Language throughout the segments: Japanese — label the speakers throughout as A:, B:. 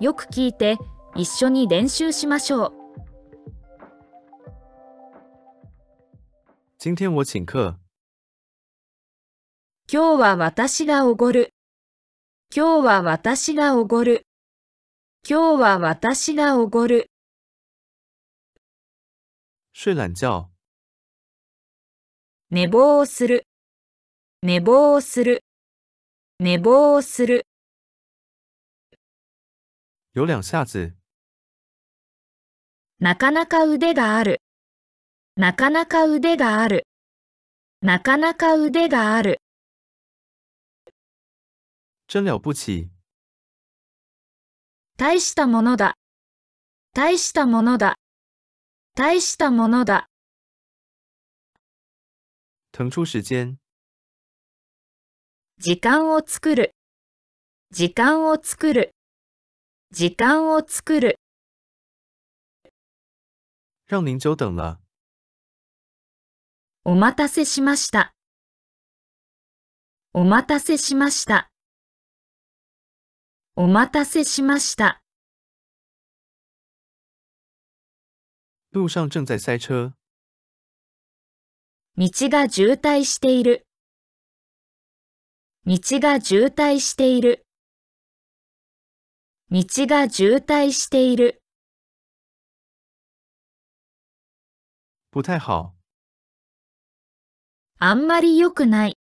A: よく聞いて一緒に練習しましょう
B: 今天我请客，
A: 今日は私がおごる今日は私がおごる今日は私がおごる
B: 睡懒觉，
A: 寝坊をする寝坊をする寝坊をする
B: 有两下子，
A: なかなか腕がある。なかなか腕がある。なかなか腕がある。
B: 真了不起，
A: 大したものだ。大したものだ。大したものだ。
B: 腾出时间，
A: 時間を作る。時間を作る。時間を作る。
B: 让您久等了。
A: お待たせしました。お待たせしました。お待たせしました。
B: 路上正在塞车，
A: 道が渋滞している。道が渋滞している。道が渋滞している。
B: 不太好，
A: あんまり良くない。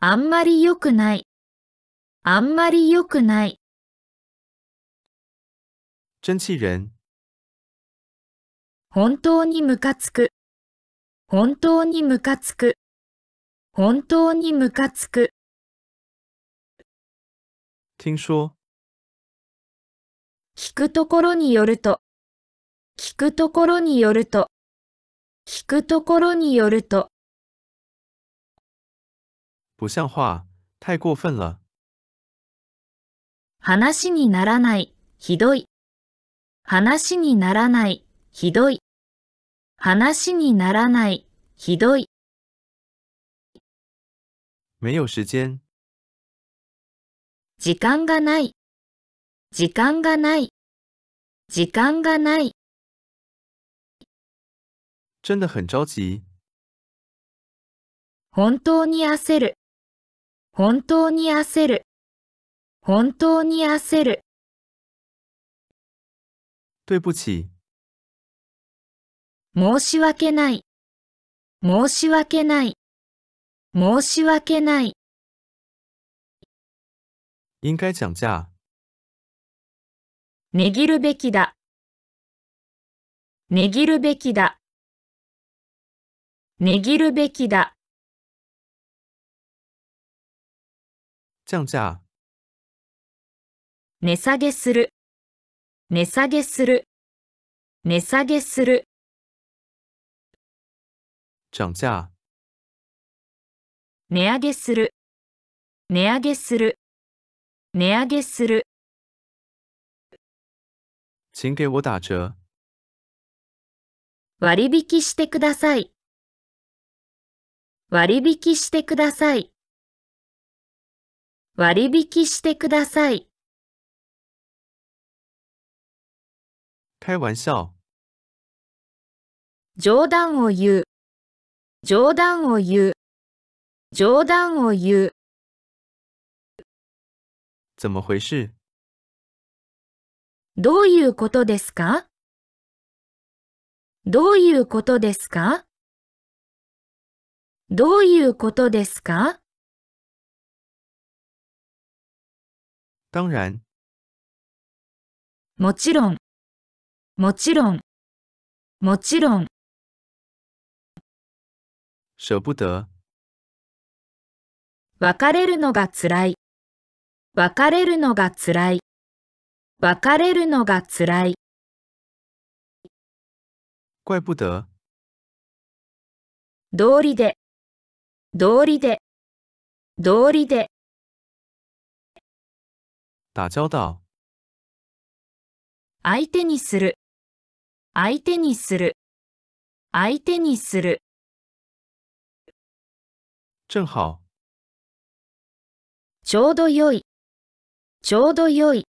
A: あんまり良くない。あんまり良くない。
B: 真气人，
A: 本当にムカつく。本当にムカつく。本当にムカつく。
B: 听说
A: 聞くところによると、聞くところによると、聞くところによると、
B: 不像话，太过分了，
A: 話にならない、ひどい。話にならない、ひどい。話にならない、ひどい。
B: 没有时间，
A: 時間がない。時間がない。時間がない。
B: 真的很着急，
A: 本当に焦る。本当に焦る。本当に焦る。
B: 对不起，
A: 申し訳ない。申し訳ない。申し訳ない。
B: 应该讲价，
A: 値切るべきだ。値切るべきだ。値切るべきだ。
B: 降价，
A: 値下げする。値下げする。値下げする。
B: 涨价，
A: 値上げする。値上げする。値上げする。
B: 请给我打折，
A: 割引してください。割引してください。割引してください。
B: 开玩笑，
A: 冗談を言う。冗談を言う。冗談を言う。
B: 怎么回事？
A: どういうことですかどういうことですかどういうことですか
B: 当然，
A: もちろん。もちろん。もちろん。
B: 舍不得，
A: 別れるのが辛い。別れるのが辛い。別れるのが辛い。
B: 怪不得，
A: 道理で。道理で。道理で。
B: 打交道，
A: 相手にする。相手にする。相手にする。
B: 正好。
A: ちょうどよい。ちょうどよい。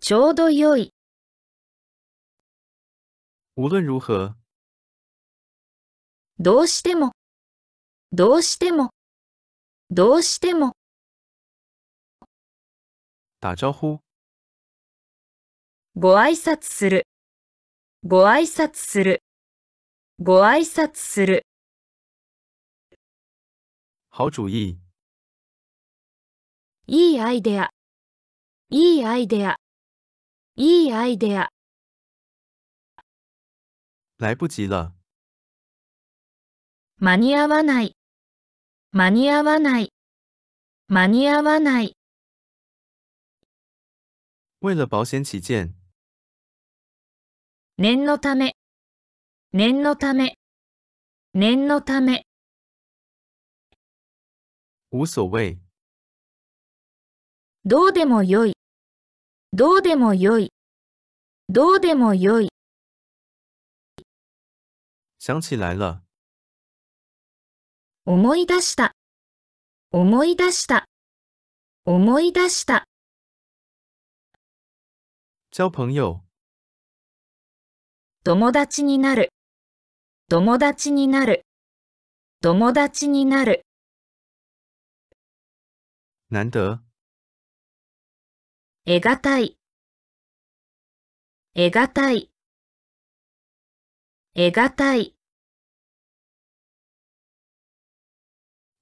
A: ちょうど良い、
B: 无论如何，
A: どうしても、どうしても、どうしても、
B: 打招呼，
A: ご挨拶する、ご挨拶する、ご挨拶する、
B: 好主意，
A: いいアイデア、いいアイデア、いいアイデア、
B: 来不及了，
A: 間に合わない、間に合わない、間に合わない、
B: 为了保险起见，
A: 念のため、念のため、念のため、
B: 无所谓，
A: どうでもよい、どうでもよい、どうでもよい、
B: 想起来了，
A: 思い出した、思い出した、思い出した、
B: 交朋友，
A: 友達になる、友達になる、友達になる、
B: 难得，
A: 得がたい、得がたい、得がたい、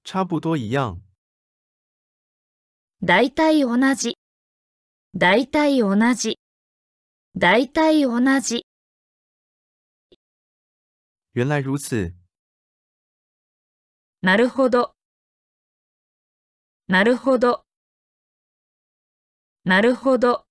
B: 差不多一样，
A: 大体同じ、大体同じ、大体同じ、
B: 原来如此，
A: なるほど、なるほど、なるほど。